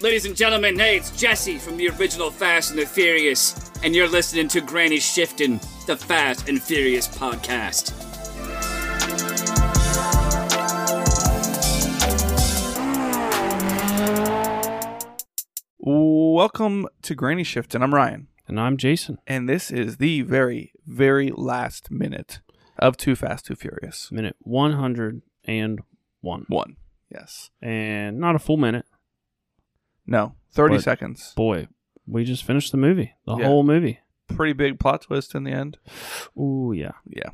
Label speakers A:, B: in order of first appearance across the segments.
A: Ladies and gentlemen, hey, it's Jesse from the original Fast and the Furious, and you're listening to Granny Shifting, the Fast and Furious podcast.
B: Welcome to Granny Shift, and I'm Ryan.
C: And I'm Jason.
B: And this is the very, very last minute of Too Fast, Too Furious.
C: Minute 101.
B: One. Yes.
C: And not a full minute.
B: No, 30
C: But-
B: seconds.
C: Boy, we just finished the movie. The
B: Yeah.
C: whole movie.
B: Pretty big plot twist in the end.
C: Ooh, yeah.
B: Yeah.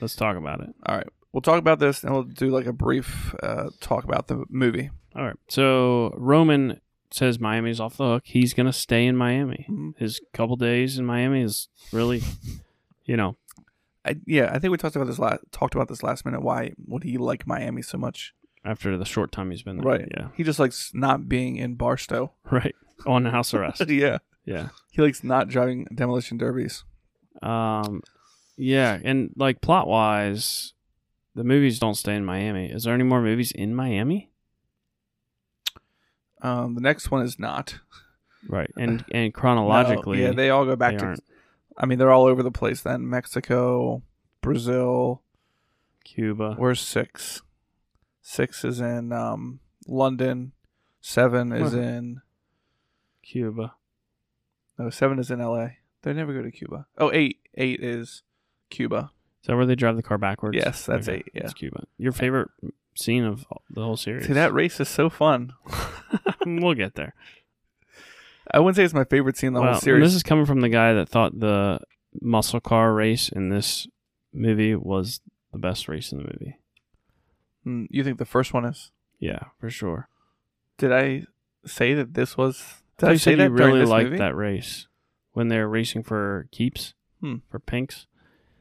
C: Let's talk about it.
B: All right. We'll talk about this and we'll do like a brief uh, talk about the movie.
C: All right. So Roman says Miami's off the hook. He's going to stay in Miami.
B: Mhm.
C: His couple days in Miami is really, you know,
B: I, yeah, I think we talked about this last talked about this last minute. Why would he like Miami so much?
C: after the short time he's been there.
B: Right.
C: Yeah.
B: He just likes not being in Barstow.
C: Right. On house arrest.
B: yeah.
C: yeah.
B: He likes not driving demolition derbies.
C: Um, yeah. And like plot wise, the movies don't stay in Miami. Is there any more movies in Miami?
B: Um, the next one is not.
C: right and and
B: Uh, No,
C: chronologically
B: yeah, they all go back
C: they
B: to
C: aren't.
B: I mean, they're all over the place then. Mexico, Brazil.
C: cuba
B: Where's six? Six is in um, London. Seven is
C: Huh.
B: in.
C: cuba
B: No, seven is in LA. They never go to Cuba. Oh, eight. Eight is Cuba.
C: is that where they drive the car backwards
B: Yes, that's
C: Okay,
B: eight, yeah.
C: that's cuba your favorite scene of the whole series
B: See, that race is so fun.
C: we'll get there
B: I wouldn't say it's my favorite scene in the
C: Wow,
B: whole
C: and
B: series.
C: this is coming from the guy that thought the muscle car race in this movie was the best race in the movie
B: Mm, you think the first one is?
C: yeah for sure
B: Did I say that this was? Did
C: thought
B: I,
C: you
B: say
C: said
B: that
C: you
B: during
C: really
B: this
C: liked
B: movie?
C: that race when they're racing for keeps
B: Hmm.
C: for pinks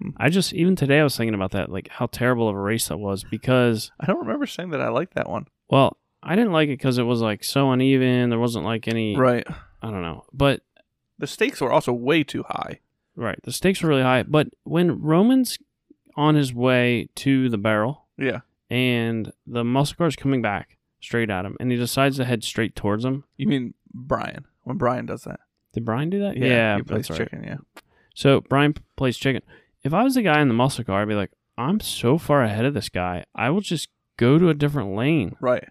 B: Hmm.
C: i just even today i was thinking about that like how terrible of a race that was because
B: I don't remember saying that I liked that one.
C: Well, I didn't like it because it was like so uneven. There wasn't like any.
B: Right.
C: I don't know. But
B: The stakes were also way too high.
C: right, the stakes were really high. But when Roman's on his way to the barrel
B: Yeah.
C: and the muscle car is coming back straight at him, and he decides to head straight towards him.
B: You mean Brian? When Brian does that?
C: Did Brian do that?
B: he plays
C: that's right.
B: chicken. Yeah.
C: So Brian p- plays chicken. If I was the guy in the muscle car, I'd be like, I'm so far ahead of this guy. I will just go to a different lane.
B: Right.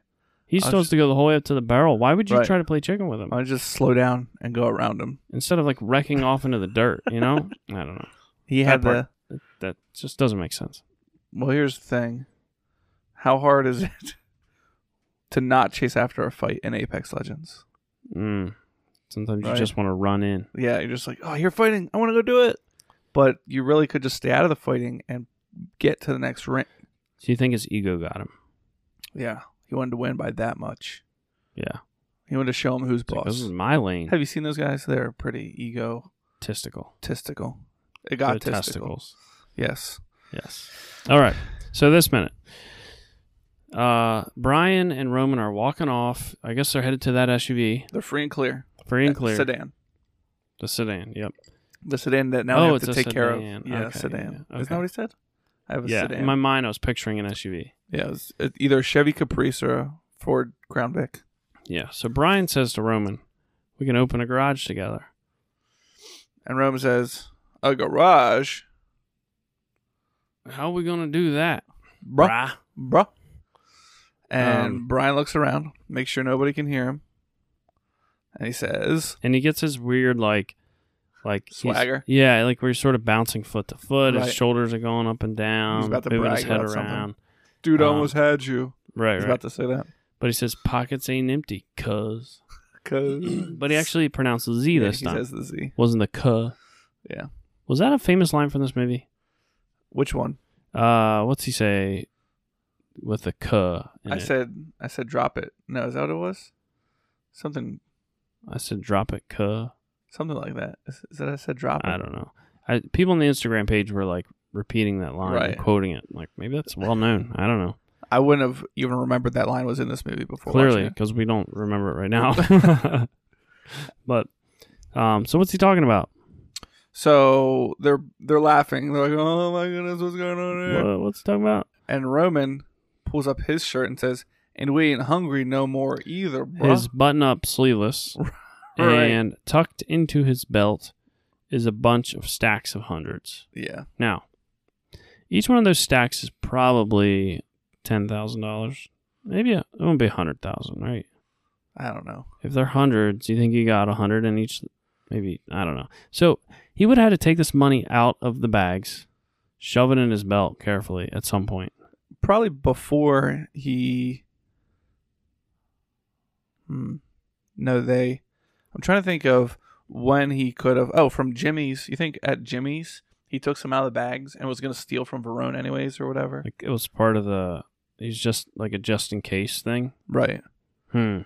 C: He's
B: I'll
C: supposed
B: just-
C: to go the whole way up to the barrel. Why would you
B: Right.
C: try to play chicken with him?
B: I just slow down and go around him.
C: instead of like wrecking off into the dirt, you know? I don't know.
B: He
C: That
B: had
C: part. That just doesn't make sense.
B: the. Well, here's the thing. How hard is it to not chase after a fight in Apex Legends?
C: Mm. Sometimes
B: Right.
C: you just want to run in.
B: Yeah, you're just like, oh, you're fighting. I want to go do it. But you really could just stay out of the fighting and get to the next ring.
C: So you think his ego got him?
B: Yeah, he wanted to win by that much.
C: Yeah.
B: He wanted to show him who's
C: It's like, this
B: boss.
C: is my lane.
B: Have you seen those guys? They're pretty egotistical.
C: Testicle.
B: It got
C: The
B: testicle. Yes.
C: Yes. All right. So this minute. Uh, Brian and Roman are walking off. I guess they're headed to that SUV.
B: They're free and clear.
C: Free and
B: Uh,
C: clear.
B: Sedan.
C: The sedan. Yep.
B: The sedan that now
C: Oh,
B: they have
C: it's
B: to
C: a
B: take care of.
C: sedan.
B: Yeah,
C: Okay,
B: sedan.
C: yeah,
B: Isn't that
C: okay.
B: what he said? I have a
C: yeah.
B: sedan.
C: In my mind, I was picturing an SUV.
B: Yeah, it was uh, either a Chevy Caprice or a Ford Crown Vic.
C: Yeah. So Brian says to Roman, "We can open a garage together."
B: And Rome says, "A garage,
C: How are we gonna do that,
B: bruh,
C: Brah.
B: bruh." And
C: Um,
B: Brian looks around, makes sure nobody can hear him, and he says,
C: and he gets his weird like like he's-
B: Swagger?
C: Yeah, like where he's sort of bouncing foot to foot.
B: Right.
C: His shoulders are going up and down.
B: about to
C: moving
B: brag
C: his head
B: about something.
C: around.
B: "Dude
C: Um,
B: almost had you."
C: Right,
B: He's
C: right.
B: about to say that
C: but he says pockets ain't empty, cuz.
B: because
C: but he actually pronounces Z this
B: he
C: time.
B: says the Z.
C: Wasn't the cuh.
B: Yeah.
C: Was that a famous line from this movie?
B: Which one?
C: Uh, what's he say with the cuh? in
B: I
C: it?
B: said, I said, drop it. No, is that what it was? Something,
C: I said drop it cuh.
B: something like that. Is, is that I said drop it?
C: I don't know. I, people on the Instagram page were like repeating that line
B: Right.
C: and quoting it. Like maybe that's well known. I don't know.
B: I wouldn't have even remembered that line was in this movie before. watching
C: clearly
B: it.
C: because we don't remember it right now but um so what's he talking about
B: So they're they're laughing. They're like, "Oh my goodness, what's going on here?"
C: Wha- what's he talking about
B: And Roman pulls up his shirt and says, and we ain't hungry no more either, bro.
C: His button up sleeveless
B: Right.
C: and tucked into his belt is a bunch of stacks of hundreds.
B: yeah,
C: Now, each one of those stacks is probably $10,000. Maybe it won't be 100000 right?
B: I don't know.
C: If they're hundreds, you think he got a hundred in each? Maybe I don't know. So he would have had to take this money out of the bags, shove it in his belt carefully at some point.
B: Probably before he. Hmm. No, they. I'm trying to think of when he could have. Oh, from Jimmy's. You think at Jimmy's he took some out of the bags and was gonna steal from Verone anyways or whatever?
C: Like it was part of the. He's just like a just in case thing.
B: Right.
C: Hmm.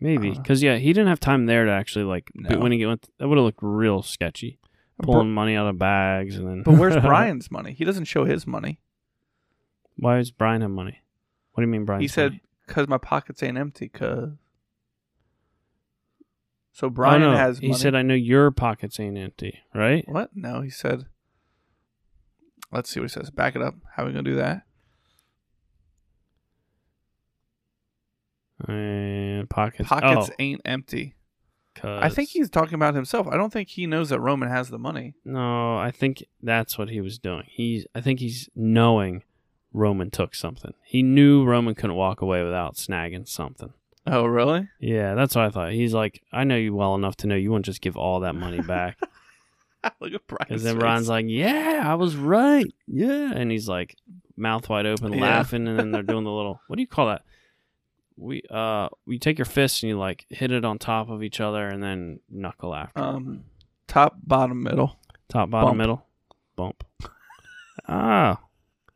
C: Maybe
B: Uh.
C: because yeah, he didn't have time there to actually like.
B: No.
C: But when he went, that would have looked real sketchy. Pulling money out of bags and then.
B: But where's Brian's money? He doesn't show his money.
C: Why does Brian have money? What do you mean, Brian?
B: he said, "Cause my pockets ain't empty." Cause so Brian
C: oh, no.
B: has.
C: He
B: money.
C: said, "I know your pockets ain't empty, right?"
B: "What? No," he said. Let's see what he says. Back it up. How are we gonna do that?
C: And Eh, pockets.
B: Pockets
C: oh,
B: ain't empty.
C: 'cause-
B: I think he's talking about himself. I don't think he knows that Roman has the money.
C: No, I think that's what he was doing. He's. I think he's knowing Roman took something. He knew Roman couldn't walk away without snagging something.
B: Oh, really?
C: Yeah, that's what I thought. He's like, I know you well enough to know you wouldn't just give all that money back.
B: Look at Brian.
C: Because then Ron's like, Yeah, I was right. Yeah, and he's like, mouth wide open,
B: Yeah.
C: laughing, and then they're doing the little. What do you call that? We uh, we take your fists and you like hit it on top of each other and then knuckle after.
B: um, top, bottom, middle.
C: Top, bottom,
B: Bump.
C: middle, bump. ah,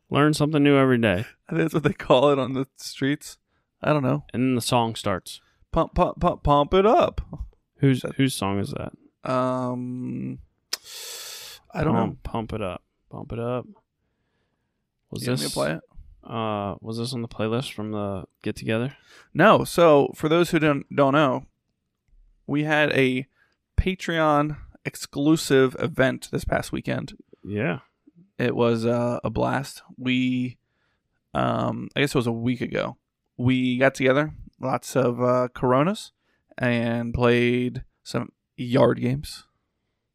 C: learn something new every day.
B: I think that's what they call it on the streets. I don't know.
C: And then the song starts.
B: Pump, pump, pump, pump it up.
C: Whose
B: That-
C: whose song is that?
B: Um, I don't know.
C: Pump- Pump it up, pump it up. Was
B: You want me
C: this
B: to play it?
C: uh was this on the playlist from the get together?
B: No. So for those who don't don't know, we had a Patreon exclusive event this past weekend.
C: Yeah,
B: It was uh, a blast. We, um, I guess it was a week ago. We got together, lots of uh, Coronas, and played some yard games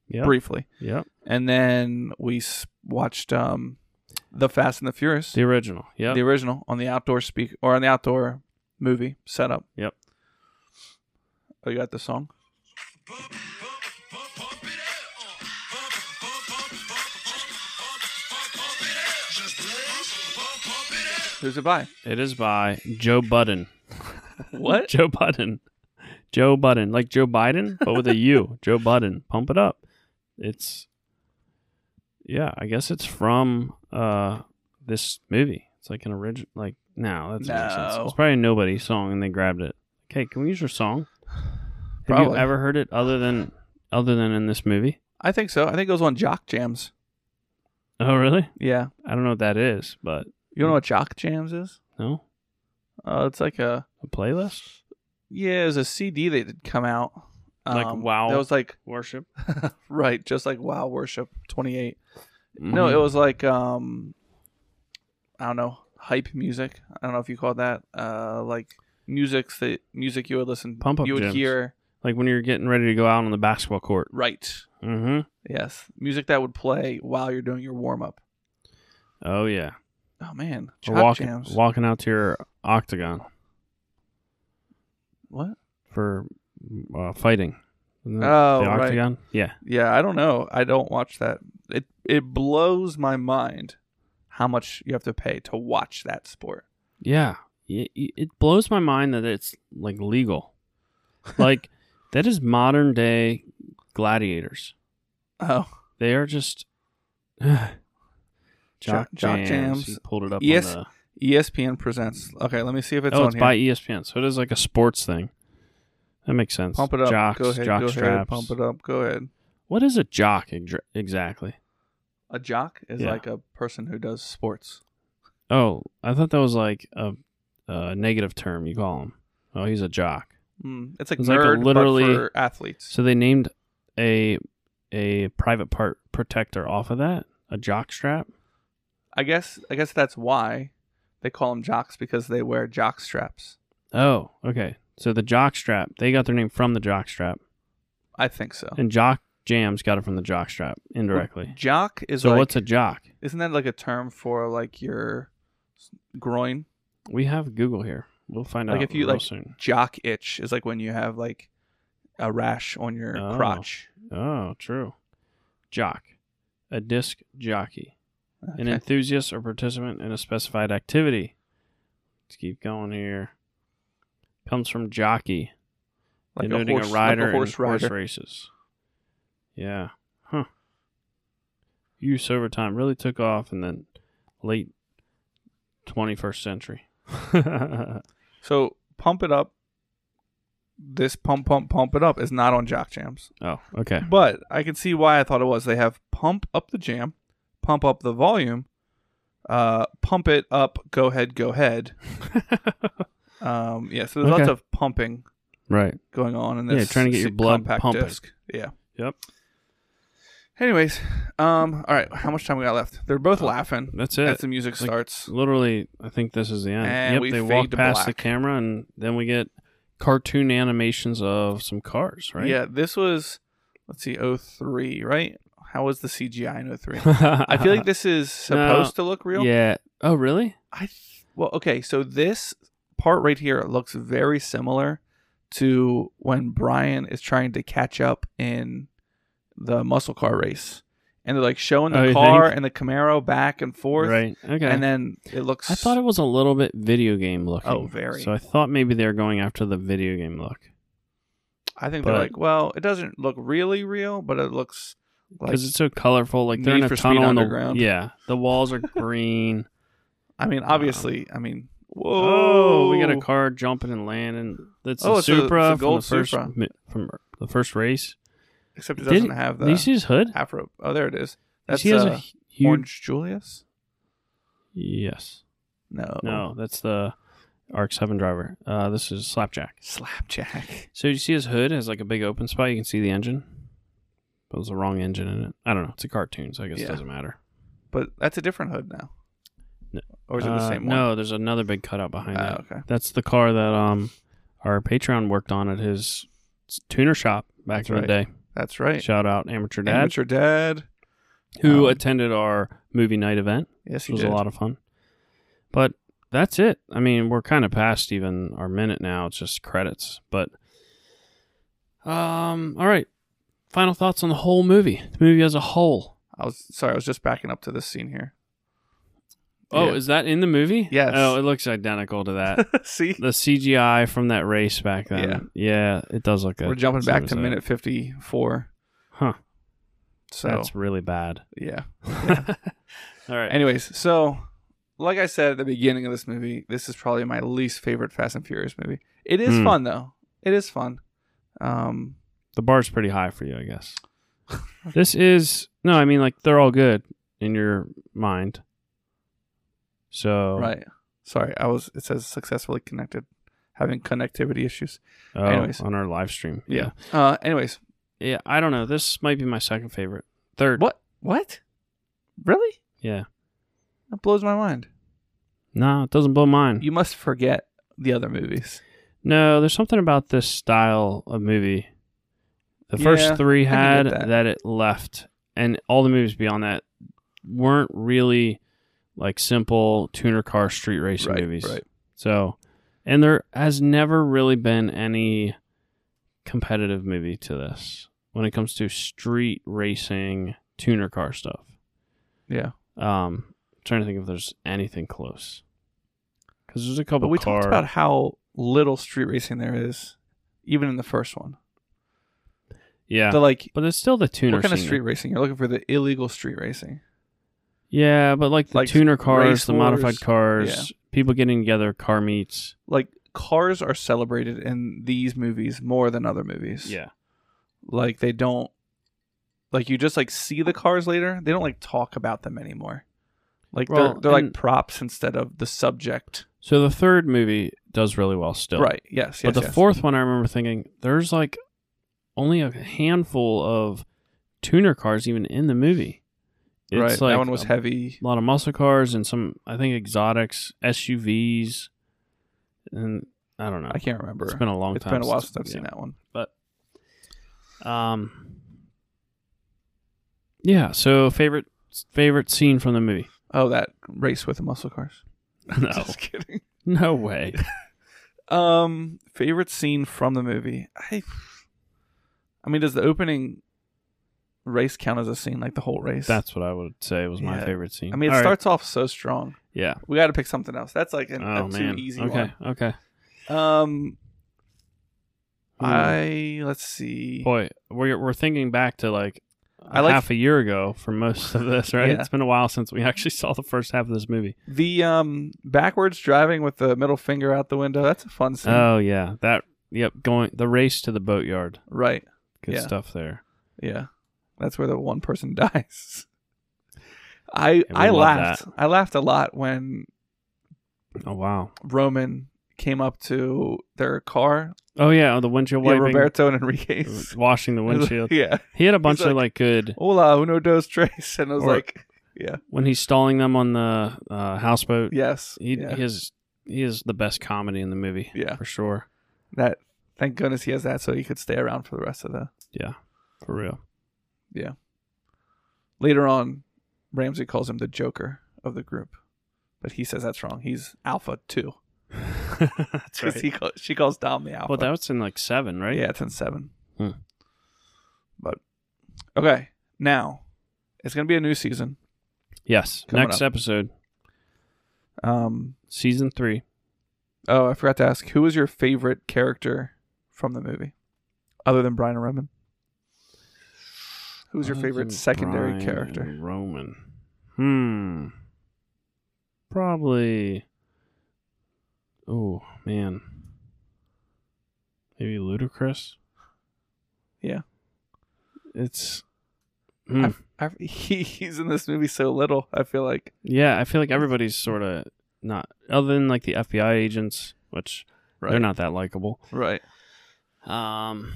C: yeah,
B: briefly,
C: yeah.
B: and then we s- watched um, the Fast and the Furious,
C: The original. Yeah,
B: the original, on the outdoor speak or on the outdoor movie setup.
C: Yep.
B: Oh, you got the song. Who's it by?
C: it is by Joe Budden.
B: What?
C: Joe Budden. Joe Budden, like Joe Biden, but with a U. Joe Budden. Pump it up. It's yeah, I guess it's from uh this movie. It's like an original. Like no, that's sense.
B: No.
C: It's probably a nobody song, and they grabbed it. Okay, can we use your song? Have
B: Probably.
C: you ever heard it other than other than in this movie?
B: I think so. I think it was on Jock Jams.
C: Oh, really?
B: Yeah.
C: I don't know what that is, but
B: You don't know what Jock Jams is?
C: no,
B: Uh, it's like a
C: a playlist
B: yeah, it was a CD that had come out. Um,
C: Like Wow.
B: That was like
C: worship.
B: right, just like Wow Worship 28.
C: Mm-hmm.
B: No, it was like um I don't know, hype music. I don't know if you call it that. Uh like music that music you would listen
C: Pump up
B: you would
C: jams.
B: hear
C: like when you're getting ready to go out on the basketball court.
B: right.
C: Mm-hmm.
B: Yes. Music that would play while you're doing your warm up.
C: Oh yeah.
B: Oh man.
C: Or
B: Jock
C: walking,
B: jams.
C: walking out to your octagon
B: what?
C: for uh, fighting. Isn't that
B: Oh,
C: the
B: right.
C: octagon. Yeah,
B: Yeah, I don't know. I don't watch that. It it blows my mind how much you have to pay to watch that sport.
C: yeah. Y- y- It blows my mind that it's like legal. Like that is modern day gladiators.
B: Oh.
C: They are just jock,
B: Jock
C: jams.
B: jams. E
C: He pulled it up.
B: Yes,
C: on
B: ESPN presents. Okay, let me see if
C: the,
B: it's
C: oh,
B: on
C: it's
B: here.
C: by ESPN, so it is like a sports thing. That makes sense.
B: Pump it up.
C: Jocks,
B: go ahead.
C: jock
B: go ahead.
C: straps.
B: Pump it up. Go ahead.
C: What is a jock ex- exactly?
B: A jock is
C: Yeah.
B: like a person who does sports.
C: Oh, I thought that was like a, a negative term you call him. Oh, he's a jock.
B: Mm, it's like
C: It's like a
B: nerd,
C: literally-
B: but for athletes.
C: So they named a a private part protector off of that, a jock strap.
B: I guess. I guess that's why, They call them jocks because they wear jock straps.
C: Oh, okay. So the jock strap, they got their name from the jock strap.
B: I think so.
C: And jock jams got it from the jock strap indirectly.
B: Oh. Jock is
C: So
B: like,
C: what's a jock?
B: isn't that like a term for like your s- groin?
C: We have Google here. We'll find
B: Like
C: out
B: if you,
C: real
B: like-
C: soon.
B: Jock itch is like when you have like a rash on your
C: Oh.
B: crotch.
C: Oh, true. Jock. A disc jockey. An
B: Okay.
C: enthusiast or participant in a specified activity. Let's keep going here. Comes from jockey,
B: like
C: denoting a,
B: horse,
C: rider
B: like a horse
C: in
B: rider.
C: horse races. Yeah. Huh. Use over time really took off in the late 21st century.
B: So pump it up. This pump pump pump it up is not on jock jams,
C: oh, okay.
B: but I can see why I thought it was. They have pump up the jam, pump up the volume, uh, pump it up. Go ahead, go ahead. Um, yeah. So there's lots
C: Okay.
B: of pumping
C: right.
B: going on in
C: Yeah,
B: this.
C: trying to get your
B: si-
C: blood
B: compact
C: pumping.
B: disc. Yeah.
C: Yep.
B: Anyways, um, all right. How much time we got left? They're both laughing
C: Uh, That's it.
B: as the music
C: like-
B: starts.
C: Literally, I think this is the end.
B: And
C: yep,
B: we
C: they
B: fade
C: walk
B: to
C: past the
B: black.
C: camera, and then we get cartoon animations of some cars, right?
B: Yeah. This was, let's see, 03, right? How was the CGI in 03? I
C: I
B: feel like this is supposed to look real.
C: Yeah. Oh, really?
B: I th- well, okay. So this part right here looks very similar to when Brian is trying to catch up in the muscle car race, and they're like showing
C: Oh,
B: the
C: you
B: car
C: think?
B: and the Camaro back and forth,
C: Right. Okay.
B: and then it looks.
C: I thought it was a little bit video game looking.
B: Oh, very.
C: So I thought maybe they were going after the video game look
B: I think they're
C: but-
B: like, well, it doesn't look really real, but it looks like.
C: because it's so colorful. Like they're
B: Need
C: in a
B: for Speed
C: tunnel and the
B: Underground.
C: yeah, the walls are green.
B: I mean, obviously, I mean, whoa,
C: oh, we got a car jumping and landing. That's
B: Oh,
C: a
B: it's a- it's a
C: Supra
B: gold
C: from the first
B: Supra.
C: mi- from the first race.
B: Except it
C: Did-
B: doesn't have
C: Did you
B: the
C: see his hood?
B: half rope. Oh, there it is. That's
C: he has
B: uh,
C: a hu- huge.
B: Orange Julius.
C: Yes.
B: No,
C: No, that's the Arc Seven driver. Uh, this is Slapjack.
B: Slapjack.
C: So you see his hood has like a big open spot. You can see the engine. But it was the wrong engine in it. I don't know. It's a cartoon, so I guess
B: Yeah.
C: it doesn't matter.
B: But that's a different hood now.
C: No.
B: Or is it the
C: Uh,
B: same one?
C: No, there's another big cutout behind
B: Ah,
C: that.
B: okay.
C: That's the car that um our Patreon worked on at his tuner shop back
B: That's
C: in the day.
B: right. That's right.
C: Shout out Amateur Dad,
B: Amateur dad.
C: who
B: Um,
C: attended our movie night event.
B: Yes,
C: It
B: he
C: was
B: did.
C: a lot of fun. But that's it. I mean, we're kind of past even our minute now. It's just credits. But um, all right. Final thoughts on the whole movie. The movie as a whole.
B: I was sorry. I was just backing up to this scene here.
C: Oh,
B: Yeah.
C: is that in the movie?
B: Yes.
C: Oh, it looks identical to that.
B: see,
C: the CGI from that race back then. Yeah, it does look good.
B: we're jumping
C: So
B: back
C: is
B: to
C: that.
B: minute fifty-four.
C: Huh.
B: So
C: That's really bad.
B: yeah.
C: All right.
B: Anyways, so like I said at the beginning of this movie, this is probably my least favorite Fast and Furious movie. It is
C: Hmm.
B: fun though. It is fun. Um,
C: the bar's pretty high for you, I guess. this is no, I mean like they're all good in your mind. So
B: right. Sorry, I was. It says successfully connected, having connectivity issues.
C: oh,
B: Anyways.
C: on our live stream.
B: Yeah. Uh. Anyways,
C: yeah. Yeah, I don't know. This might be my second favorite. Third.
B: what? What? Really?
C: Yeah.
B: That blows my mind.
C: No, it doesn't blow mine.
B: You must forget the other movies.
C: No, there's something about this style of movie. The
B: Yeah,
C: first three
B: can
C: had
B: get that.
C: that. it left, and all the movies beyond that weren't really like simple tuner car street racing movies. So, and there has never really been any competitive movie to this when it comes to street racing tuner car stuff.
B: Yeah.
C: Um, trying to think if there's anything close because there's a
B: But
C: couple.
B: we
C: car-
B: talked about how little street racing there is, even in the first one.
C: yeah,
B: The like,
C: but it's still the tuner.
B: what kind of
C: scene.
B: street racing? You're looking for the illegal street racing.
C: Yeah, but like the
B: Like
C: tuner cars,
B: race
C: the modified
B: wars.
C: cars,
B: Yeah.
C: people getting together, car meets.
B: Like cars are celebrated in these movies more than other movies. Like they don't, like you just like see the cars later. They don't like talk about them anymore. Like
C: Well,
B: they're, they're like
C: and-
B: props instead of the subject.
C: So the third movie does really well still.
B: Right. Yes. yes
C: But the
B: yes.
C: fourth one, I remember thinking there's like only a handful of tuner cars even in the movie. It's
B: right.
C: like
B: that one was
C: a
B: heavy.
C: lot of muscle cars and some, I think, exotics, SUVs, and I don't know.
B: I can't remember.
C: It's been a long
B: It's
C: time.
B: been a while since I've seen that one.
C: that. Um. Yeah. So favorite favorite scene from the movie?
B: Oh, that race with the muscle cars.
C: No.
B: Just kidding.
C: No way.
B: Um, favorite scene from the movie. I, I mean, does the opening race count as a scene? Like the whole race?
C: That's what I would say was my
B: Yeah.
C: favorite scene.
B: I mean, it
C: All right.
B: starts off so strong.
C: Yeah.
B: We got to pick something else. That's like an,
C: Oh
B: a
C: man.
B: too easy
C: okay. Okay.
B: one. Um,
C: Hmm.
B: I let's see.
C: Boy, we're we're thinking back to like
B: I like-
C: half a year ago for most of this, right?
B: Yeah.
C: It's been a while since we actually saw the first half of this movie.
B: The um backwards driving with the middle finger out the window. That's a fun scene,
C: Oh yeah, that yep, going the race to the boatyard.
B: right?
C: Good
B: Yeah.
C: stuff there.
B: Yeah, that's where the one person dies. I
C: we
B: I
C: love
B: laughed. I laughed a lot when
C: Oh wow.
B: Roman came up to their car.
C: Oh yeah, oh, the windshield
B: Yeah,
C: wiping,
B: Roberto and Enrique's
C: washing the windshield.
B: yeah,
C: He had a bunch
B: like-
C: of like good
B: hola uno dos tres, and I was
C: Or-
B: like, yeah,
C: when he's stalling them on the uh, houseboat.
B: yes,
C: He
B: yeah.
C: he is he is the best comedy in the movie.
B: Yeah.
C: for sure.
B: that. Thank goodness he has that, so he could stay around for the rest of the.
C: For real.
B: Later on, Ramsey calls him the Joker of the group, but he says that's wrong. He's Alpha too.
C: That's
B: 'Cause he call, she calls Dom the Alpha.
C: Well, that was in like seven, right?
B: Oh, Yeah, it's in seven.
C: Hmm.
B: But okay, now it's gonna be a new season.
C: Yes.
B: Coming
C: Next
B: up.
C: episode,
B: Um,
C: season three.
B: oh, I forgot to ask, who is your favorite character from the movie, other than Brian and Roman? Who's your
C: Other
B: favorite
C: than
B: secondary
C: Brian
B: character?
C: and Roman. Hmm. Probably. Oh man. Maybe Ludacris.
B: Yeah.
C: It's. Hmm.
B: I've- I, he, he's in this movie so little. I feel like
C: yeah, I feel like everybody's sort of not, other than like the FBI agents, which
B: right,
C: they're not that likable.
B: right.
C: Um.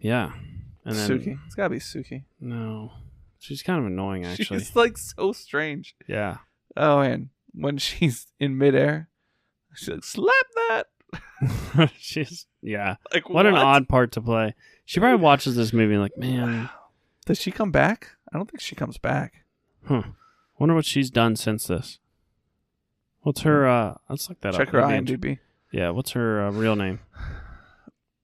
C: Yeah. And then
B: Suki, it's gotta be Suki.
C: no, she's kind of annoying actually.
B: She's like so strange.
C: Yeah.
B: Oh, and when she's in midair, she's like, "Slap that!"
C: she's yeah.
B: Like
C: What, an odd part to play. She probably watches this movie and like, man,
B: Does she come back? I don't think she comes back.
C: huh. Wonder what she's done since this. What's her? uh Let's look that
B: Hmm. Check
C: up.
B: her
C: Maybe-
B: IMDb.
C: Yeah. What's her uh, real name?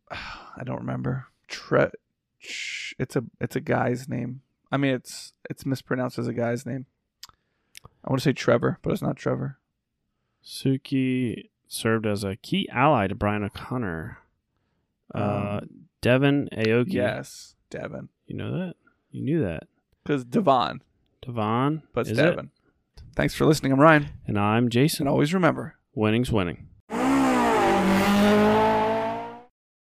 B: I don't remember. Tre- Ch- it's a it's a guy's name. I mean, it's it's mispronounced as a guy's name. I want to say Trevor, but it's not Trevor.
C: Suki served as a key ally to Brian O'Connor. Uh,
B: Um,
C: Devin Aoki.
B: Yes, Devin,
C: You know that. You knew that.
B: because Devon,
C: Devon.
B: but
C: is
B: it's
C: it?
B: Devin. Thanks for listening. I'm Ryan,
C: And I'm
B: and
C: Jason.
B: always remember.
C: Winning's winning.